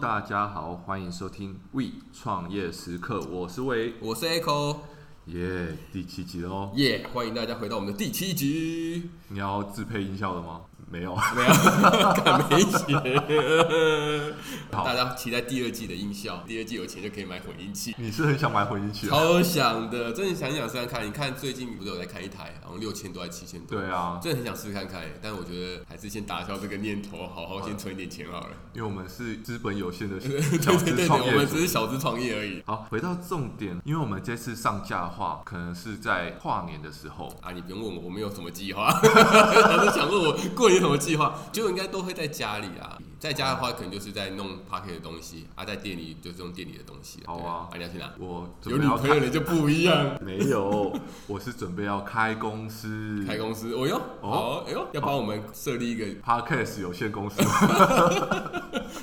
大家好，欢迎收听《We 创业时刻》，我是魏，我是 Echo，耶第七集喽。耶欢迎大家回到我们的第七集。你要自配音效的吗？没有，没有，干没钱。好大家期待第二季的音效，第二季有钱就可以买混音器， 你是很想买混音器啊？超想的，真的想想试看看。你看最近不是有在看一台，好像六千多还七千多，对啊，真的很想试看看。但我觉得还是先打消这个念头，好好先存一点钱好了。因为我们是资本有限的 对小对资对，创我业们者只。是小资创业而已。好，回到重点，因为我们这次上架的话，可能是在跨年的时候。啊，你不用问我，我没有什么计划， 我是想问我过年有什么计划，就应该都会在家里啊。在家的话，可能就是在弄 p a r k e t 的东西啊，在店里就是用店里的东西、好对啊啊，你要去哪？我准有备女要朋友开，你就不一样。没有，我是准备要开公司， 开公司，哦哟，嗯哦哦，哎呦，要帮我们设立一个， Podcast 有限公司。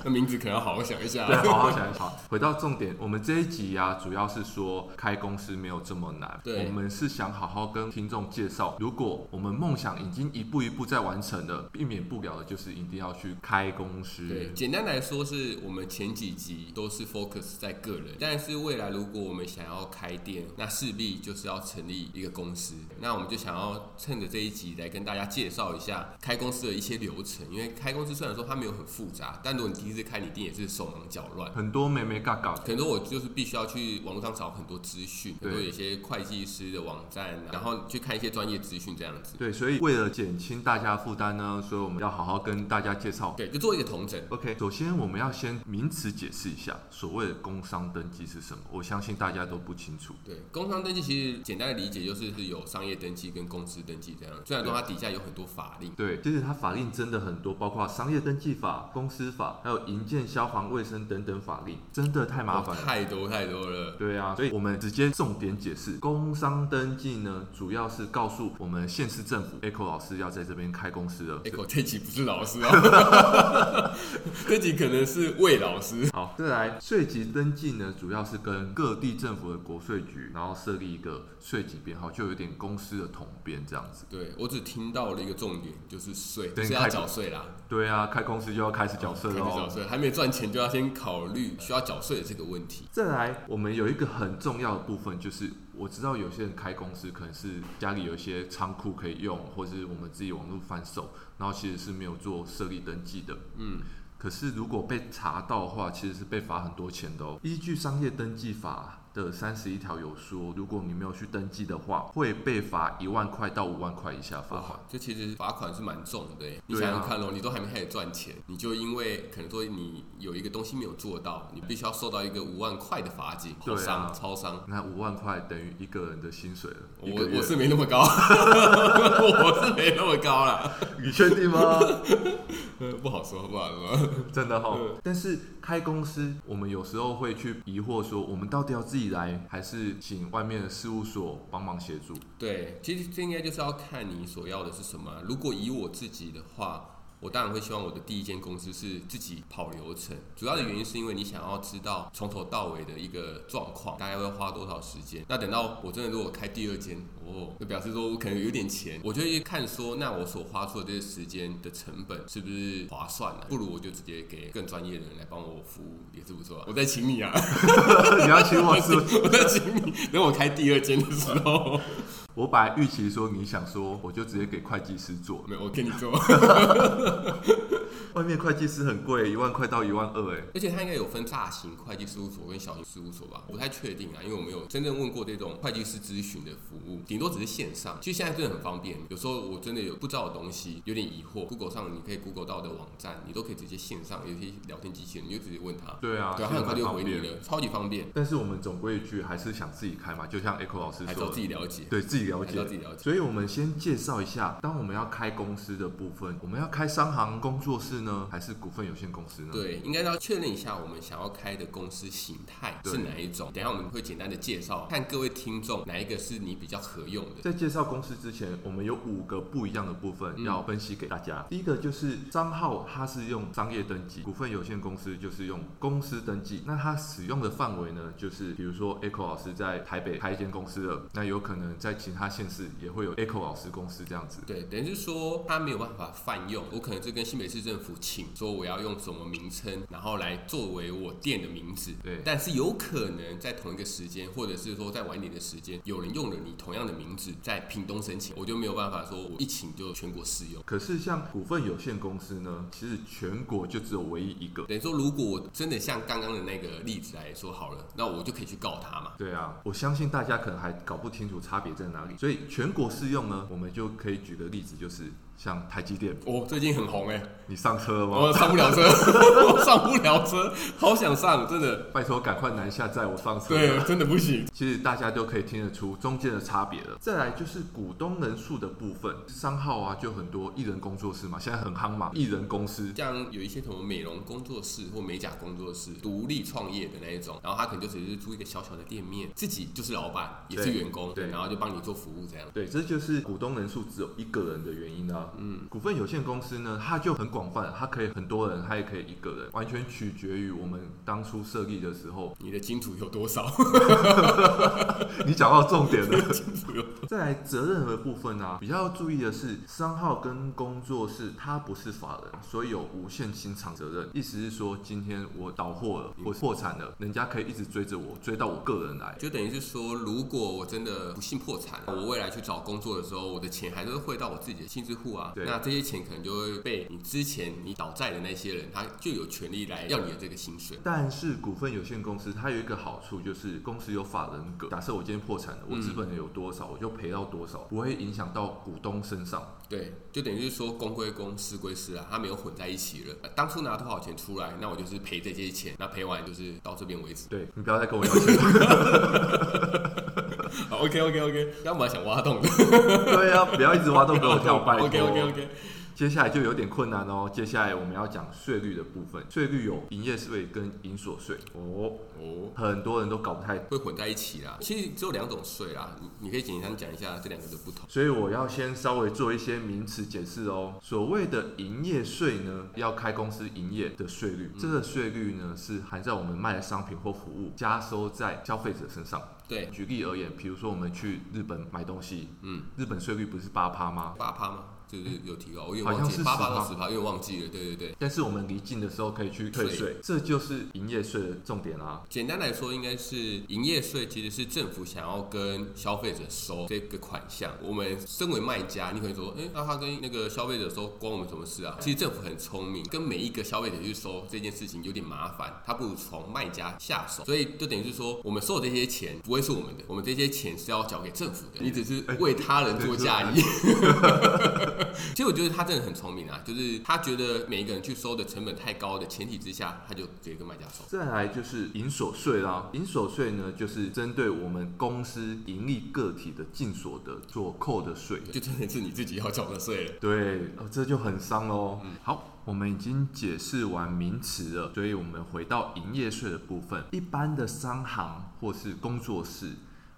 那名字可能要好好想一下。 对，好好想一想。回到重点，我们这一集啊，主要是说开公司没有这么难。对我们是想好好跟听众介绍，如果我们梦想已经一步一步在完成了，避免不了的就是一定要去开公司。对，简单来说是我们前几集都是 focus 在个人，但是未来如果我们想要开店，那势必就是要成立一个公司。那我们就想要趁着这一集来跟大家介绍一下开公司的一些流程，因为开公司虽然说它没有很复杂，但如果你第一次开，你一定也是手忙脚乱。很多妹妹嘎嘎，可能我就是必须要去网络上找很多资讯，比对如说有一些会计师的网站，啊然后去看一些专业资讯这样子。对，所以为了减轻大家负担呢，所以我们要好好跟大家介绍。对，就做一个同整。 OK，首先我们要先名词解释一下，所谓的工商登记是什么？我相信大家都不清楚。对，工商登记其实简单的理解就是是有商业登记跟公司登记这样，虽然说它底下有很多法令。对，其实它法令真的很多，包括商业登记法、公司法，还有营建、消防、卫生等等法令，真的太麻烦哦了。太多太多了。对啊，所以我们直接重点解释，工商登记呢，主要是告诉我们县市政府，Echo 老师要在这边开公司了。 Echo 这集不是老师哦， 这集可能是魏老师。好，再来税籍登记呢，主要是跟各地政府的国税局，然后设立一个税籍编号，就有点公司的统编这样子。对我只听到了一个重点，就是税，对就是开要始缴税啦，对啊，开公司就要开始缴税开始了缴哦。税，还没赚钱就要先考虑需要缴税的这个问题。再来，我们有一个很重要的部分，就是我知道有些人开公司可能是家里有一些仓库可以用，或是我们自己网络翻手，然后其实是没有做设立登记的。嗯，可是如果被查到的话，其实是被罚很多钱的哦。依据商业登记法的三十一条有说，如果你没有去登记的话，会被罚一万块到五万块以下罚款哇。，这其实罚款是蛮重的耶。你啊对啊想想看哦，你都还没开始赚钱，你就因为可能说你有一个东西没有做到，你必须要受到一个五万块的罚金，对好啊伤，超伤。那五万块等于一个人的薪水了，一哦我个月我。是没那么高， 我是没那么高啦， 你确定吗？呃不好说，不好说。真的哈、但是开公司，我们有时候会去疑惑说，我们到底要自己来，还是请外面的事务所帮忙协 助？对，其实这应该就是要看你所要的是什么啊。如果以我自己的话，我当然会希望我的第一间公司是自己跑流程。主要的原因是因为你想要知道从头到尾的一个状况，大概会花多少时间。那等到我真的如果开第二间，哦，就表示说我可能有点钱，我就会看说，那我所花出的这些时间的成本是不是划算啊？不如我就直接给更专业的人来帮我服务，也是不错、啊。我再请你啊，你要请我吃， 我再请你。等我开第二间的时候。我本来预期说你想说，我就直接给会计师做，没有，我给你做。 外面会计师很贵，一万块到一万二，哎，而且它应该有分大型会计事务所跟小型事务所吧？我不太确定啊，因为我没有真正问过这种会计师咨询的服务，顶多只是线上。其实现在真的很方便，有时候我真的有不知道的东西，有点疑惑，Google 上你可以 Google 到的网站，你都可以直接线上，有些聊天机器人你就直接问他，对啊，对啊，其他实很快就蛮回方你便的。了，超级方便，但是我们总归一句，还是想自己开嘛，就像 Echo 老师还是说要自的，己了解，对自己了还是要解。自己了解。所以，我们先介绍一下，当我们要开公司的部分，我们要开商行工作室呢，还是股份有限公司呢？对，应该要确认一下我们想要开的公司形态对是哪一种。等一下我们会简单的介绍，看各位听众哪一个是你比较合用的。在介绍公司之前，我们有五个不一样的部分嗯要分析给大家。第一个就是商号，它是用商业登记；股份有限公司就是用公司登记。那它使用的范围呢，就是比如说 Echo 老师在台北开一间公司了，那有可能在其他县市也会有 Echo 老师公司这样子。对，等于是说他没有办法泛用，我可能这跟新北市政府府请说我要用什么名称，然后来作为我店的名字。对但是有可能在同一个时间，或者是说在晚一点的时间，有人用了你同样的名字在屏东申请，我就没有办法说我一请就全国适用。可是像股份有限公司呢，其实全国就只有唯一一个。等于说，如果我真的像刚刚的那个例子来说好了，那我就可以去告他嘛。对啊，我相信大家可能还搞不清楚差别在哪里，所以全国适用呢，我们就可以举个例子，就是像台积电，哦，最近很红哎、你上车了吗？我上不了车， 我上不了车，好想上，真的，拜托赶快南下载我上车。对，真的不行。其实大家都可以听得出中间的差别了。再来就是股东人数的部分，商号啊，就很多艺人工作室嘛，现在很夯嘛，艺人公司。像有一些什么美容工作室或美甲工作室，独立创业的那一种，然后他可能就只是租一个小小的店面，自己就是老板，也是对员工，对然后就帮你做服务这样。对，这就是股东人数只有一个人的原因啊。嗯，股份有限公司呢，它就很广泛，它可以很多人，它也可以一个人，完全取决于我们当初设立的时候。你的金主有多少？ 你讲到重点了。金主有再来责任的部分啊，比较要注意的是，商号跟工作室它不是法人，所以有无限清偿责任。意思是说，今天我倒货了，我破产了，人家可以一直追着我，追到我个人来。就等于是说，如果我真的不幸破产，我未来去找工作的时候，我的钱还是会汇到我自己的薪资户啊。对那这些钱可能就会被你之前你倒债的那些人，他就有权利来要你的这个薪水。但是股份有限公司它有一个好处，就是公司有法人格。假设我今天破产了，我资本有多少，我就赔到多少，不会影响到股东身上。对，就等于是说公归公，私归私啊，他没有混在一起了。呃当初拿多少钱出来，那我就是赔这些钱，那赔完就是到这边为止。对你不要再跟我要钱了。好，OK OK OK，刚本来想挖洞的， 对啊，不要一直挖洞给我跳，拜托。 OK OK OK，接下来就有点困难哦。接下来我们要讲税率的部分，税率有营业税跟营所税哦，哦，很多人都搞不太懂，会混在一起啦。其实只有两种税啦，你你可以简单讲一下这两个的不同。所以我要先稍微做一些名词解释哦。所谓的营业税呢，要开公司营业的税率，这个税率呢是含在我们卖的商品或服务加收在消费者身上。对，举例而言，比如说我们去日本买东西，嗯，日本税率不是八趴吗？八趴吗？就是有提高，我有点好像忘记是八趴10%到十趴，因为忘记了。对对对，但是我们离境的时候可以去退税税，这就是营业税的重点啦、啊简单来说，应该是营业税其实是政府想要跟消费者收这个款项。我们身为卖家，你可以说，哎、那他跟那个消费者收，关我们什么事啊？其实政府很聪明，跟每一个消费者去收这件事情啊有点麻烦，他不如从卖家下手。所以就等于是说，我们收的这些钱不会是我们的，我们这些钱是要缴给政府的，你只是为他人做嫁衣。 其实我觉得他真的很聪明啊，就是他觉得每一个人去收的成本太高的前提之下，他就直接跟卖家收。再来就是营所税啦，营所税呢就是针对我们公司盈利个体的净所得所扣的税。就真的是你自己要缴的税了。对，哦、这就很伤喽。好，我们已经解释完名词了，所以我们回到营业税的部分。一般的商行或是工作室。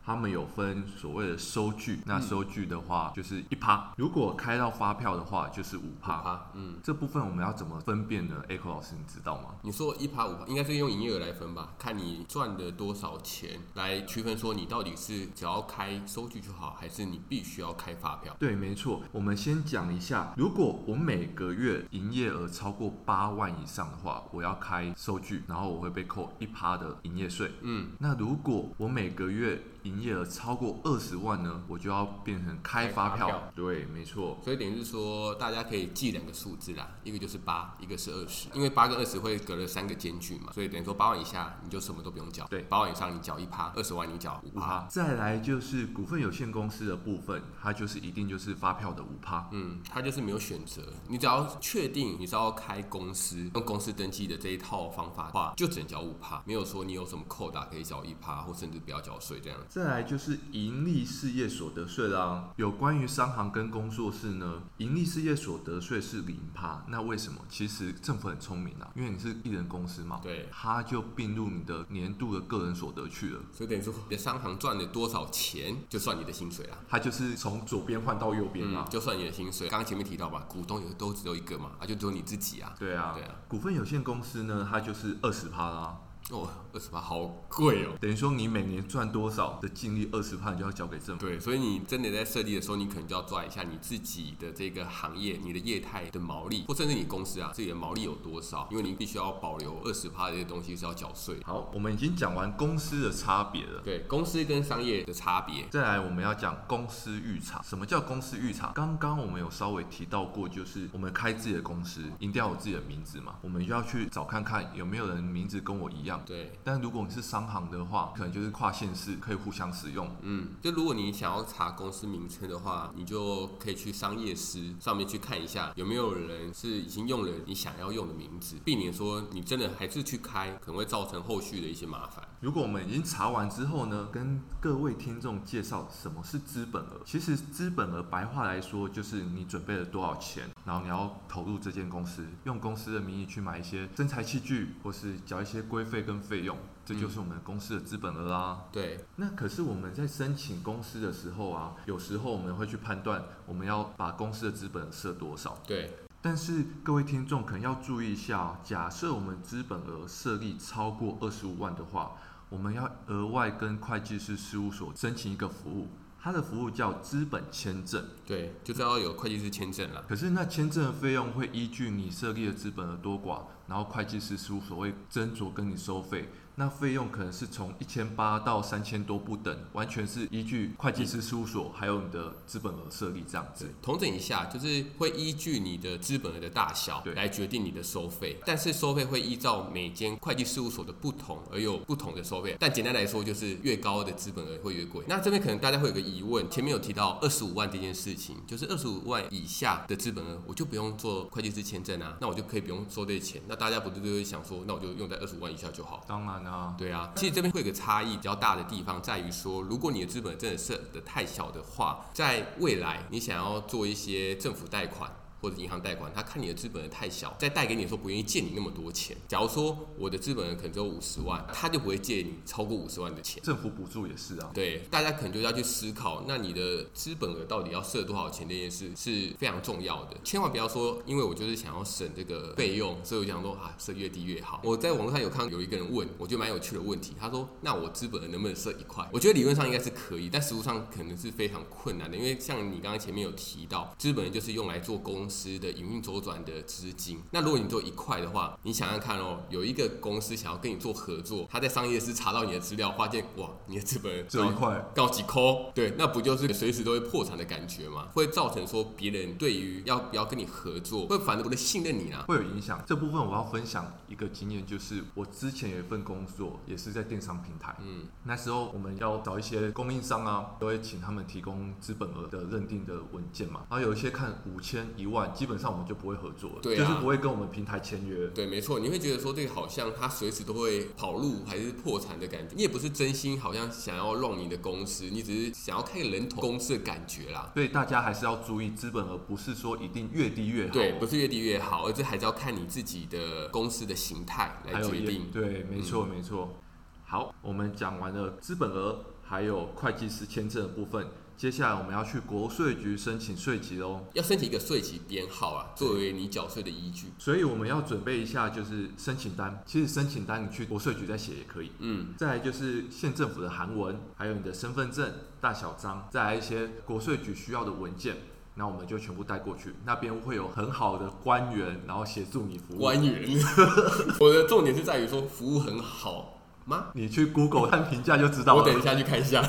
他们有分所谓的收据，那收据的话就是一趴，如果开到发票的话就是五趴。啊，嗯，这部分我们要怎么分辨呢？Echo 老师，你知道吗？你说一趴五趴，应该是用营业额来分吧？看你赚了多少钱来区分，说你到底是只要开收据就好，还是你必须要开发票？对，没错。我们先讲一下，如果我每个月营业额超过八万以上的话，我要开收据，然后我会被扣一趴的营业税。嗯，那如果我每个月营业额超过二十万呢，我就要变成开发票。开发票对，没错。所以等于是说，大家可以记两个数字啦，一个就是八，一个是二十，因为八跟二十会隔了三个间距嘛，所以等于说八万以下你就什么都不用缴，对八万以上你缴一趴，二十万你缴五五趴趴，，再来就是股份有限公司的部分，它就是一定就是发票的五趴。嗯，他就是没有选择。你只要确定你是要开公司，用公司登记的这一套方法的话，就只能缴五趴，没有说你有什么扣打可以缴一趴，或甚至不要缴税这样。再来就是盈利事业所得税啦。有关于商行跟工作室呢，盈利事业所得税是零趴。那为什么？其实政府很聪明啊，因为你是艺人公司嘛，对它就并入你的年度的个人所得去了。所以等于说，你的商行赚了多少钱，就算你的薪水啦。它就是从左边换到右边啦嗯，。就算你的薪水。刚刚前面提到吧，股东也都只有一个嘛，啊，就只有你自己啊。对啊，对啊股份有限公司呢，它就是二十趴啦。哦，二十八好贵哦。等于说你每年赚多少的净利二十趴，你就要交给政府。对，所以你真的在设立的时候，你可能就要抓一下你自己的这个行业、你的业态的毛利，或甚至你公司啊自己的毛利有多少，因为你必须要保留二十趴的这些东西是要缴税的。好，我们已经讲完公司的差别了。对，公司跟商业的差别，再来，我们要讲公司预查。什么叫公司预查？刚刚我们有稍微提到过，就是我们开自己的公司，一定要有自己的名字嘛。我们就要去找看看有没有人名字跟我一样。对，但如果你是商行的话，可能就是跨县市可以互相使用。嗯，就如果你想要查公司名称的话，你就可以去商业司上面去看一下有没有人是已经用了你想要用的名字，避免说你真的还是去开，可能会造成后续的一些麻烦。如果我们已经查完之后呢，跟各位听众介绍什么是资本额。其实资本额白话来说，就是你准备了多少钱，然后你要投入这间公司，用公司的名义去买一些增材器具，或是缴一些规费跟费用，这就是我们公司的资本额啦。对，那可是我们在申请公司的时候啊，有时候我们会去判断我们要把公司的资本设多少。对，但是各位听众可能要注意一下、哦，假设我们资本额设立超过二十五万的话，我们要额外跟会计师事务所申请一个服务，它的服务叫资本签证。对，就是要有会计师签证啦。可是那签证的费用会依据你设立的资本额多寡，然后会计师事务所会斟酌跟你收费。那费用可能是从一千八到三千多不等，完全是依据会计师事务所还有你的资本额设立这样子。统整一下，就是会依据你的资本额的大小对来决定你的收费，但是收费会依照每间会计事务所的不同而有不同的收费。但简单来说，就是越高的资本额会越贵。那这边可能大家会有个疑问，前面有提到二十五万这件事情，就是二十五万以下的资本额，我就不用做会计师签证啊，那我就可以不用收这些钱。那大家不是就会想说，那我就用在二十五万以下就好。当然啊，对啊，其实这边会有个差异比较大的地方在于说，如果你的资本真的设的太小的话，在未来你想要做一些政府贷款。或者银行贷款，他看你的资本额太小，再贷给你的时候不愿意借你那么多钱。假如说我的资本额可能只有五十万，他就不会借你超过五十万的钱。政府补助也是啊。对，大家可能就要去思考，那你的资本额到底要设多少钱这件事是非常重要的，千万不要说，因为我就是想要省这个费用，所以我想说啊，设越低越好。我在网络上有看到有一个人问，我觉得蛮有趣的问题，他说，那我资本额能不能设一块？我觉得理论上应该是可以，但实物上可能是非常困难的，因为像你刚刚前面有提到，资本额就是用来做公司的营运周转的资金。那如果你做一块的话，你想想看哦，有一个公司想要跟你做合作，他在商业司查到你的资料，发现哇，你的资本额只有一块高几抠，对，那不就是随时都会破产的感觉吗？会造成说别人对于要不要跟你合作，会反而不能信任你啦、会有影响。这部分我要分享一个经验，就是我之前有一份工作，也是在电商平台。嗯，那时候我们要找一些供应商啊，都会请他们提供资本额的认定的文件嘛。然后有一些看五千、一万，基本上我们就不会合作了，对啊就是不会跟我们平台签约。对，没错，你会觉得说这个好像他随时都会跑路还是破产的感觉，你也不是真心好像想要弄你的公司，你只是想要开个人头公司的感觉啦。所以大家还是要注意，资本额不是说一定越低越好哦，对，不是越低越好，而是还是要看你自己的公司的形态还来有决业定。嗯对，没错、没错。好，我们讲完了资本额，还有会计师签证的部分，接下来我们要去国税局申请税籍喽。要申请一个税籍编号啊，作为你缴税的依据。所以我们要准备一下，就是申请单。其实申请单你去国税局再写也可以。嗯，再来就是县政府的函文，还有你的身份证大小章，再来一些国税局需要的文件，那我们就全部带过去。那边会有很好的官员，然后协助你服务。官员。 我的重点是在于说服务很好吗？你去 Google 看评价就知道我了。等一下去看一下。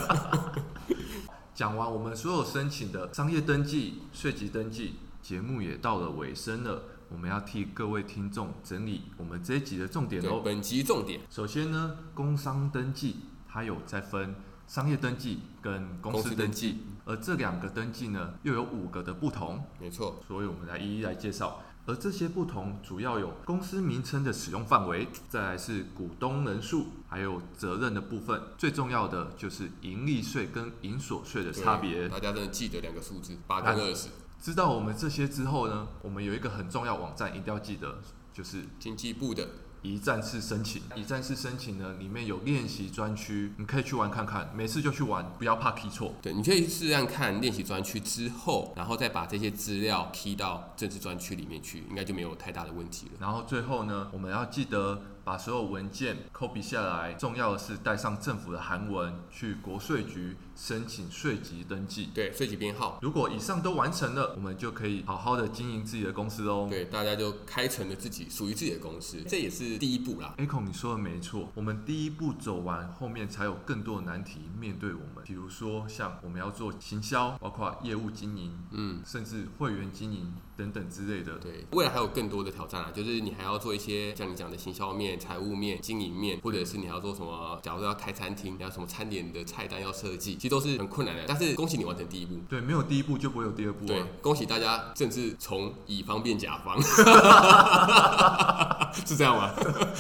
讲完我们所有申请的商业登记、税籍登记，节目也到了尾声了。我们要替各位听众整理我们这一集的重点对哦，。本集重点首先呢，工商登记它有在分商业登记跟公司登记，记，而这两个登记呢又有五个的不同，没错，所以我们来一一来介绍。而这些不同主要有公司名称的使用范围，再来是股东人数，还有责任的部分。最重要的就是盈利税跟盈所税的对差别。啊大家真的记得两个数字八跟二十。知道我们这些之后呢，我们有一个很重要网站一定要记得，就是经济部的一站式申请，一站式申请呢，里面有练习专区，你可以去玩看看，没事就去玩，不要怕 key 错。对，你可以试试看练习专区之后，然后再把这些资料踢到政治专区里面去，应该就没有太大的问题了。然后最后呢，我们要记得把所有文件 copy 下来，重要的是带上政府的韩文去国税局申请税籍登记。对，税籍编号，如果以上都完成了，我们就可以好好的经营自己的公司喽。对，大家就开成了自己属于自己的公司，这也是第一步啦。 Echo，你说的没错，我们第一步走完，后面才有更多的难题面对我们。比如说，像我们要做行销，包括业务经营，嗯，甚至会员经营等等之类的。对，未来还有更多的挑战啊，就是你还要做一些像你讲的行销面、财务面、经营面，或者是你还要做什么，假如说要开餐厅，你要什么餐点的菜单要设计，其实都是很困难的。但是恭喜你完成第一步，对，没有第一步就不会有第二步对啊。，恭喜大家，甚至从乙方变甲方， 是这 样吗？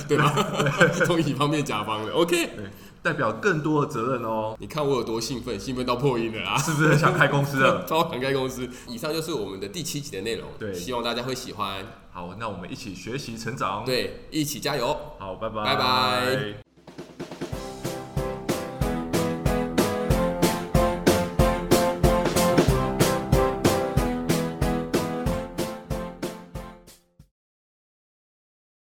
对吧？从乙方变甲方了，OK。对，代表更多的责任 哦，你看我有多兴奋，兴奋到破音了啦！是不是很想开公司了？超涵盖公司。以上就是我们的第七集的内容，对希望大家会喜欢。好，那我们一起学习成长。，对，一起加油！好，拜拜，拜拜。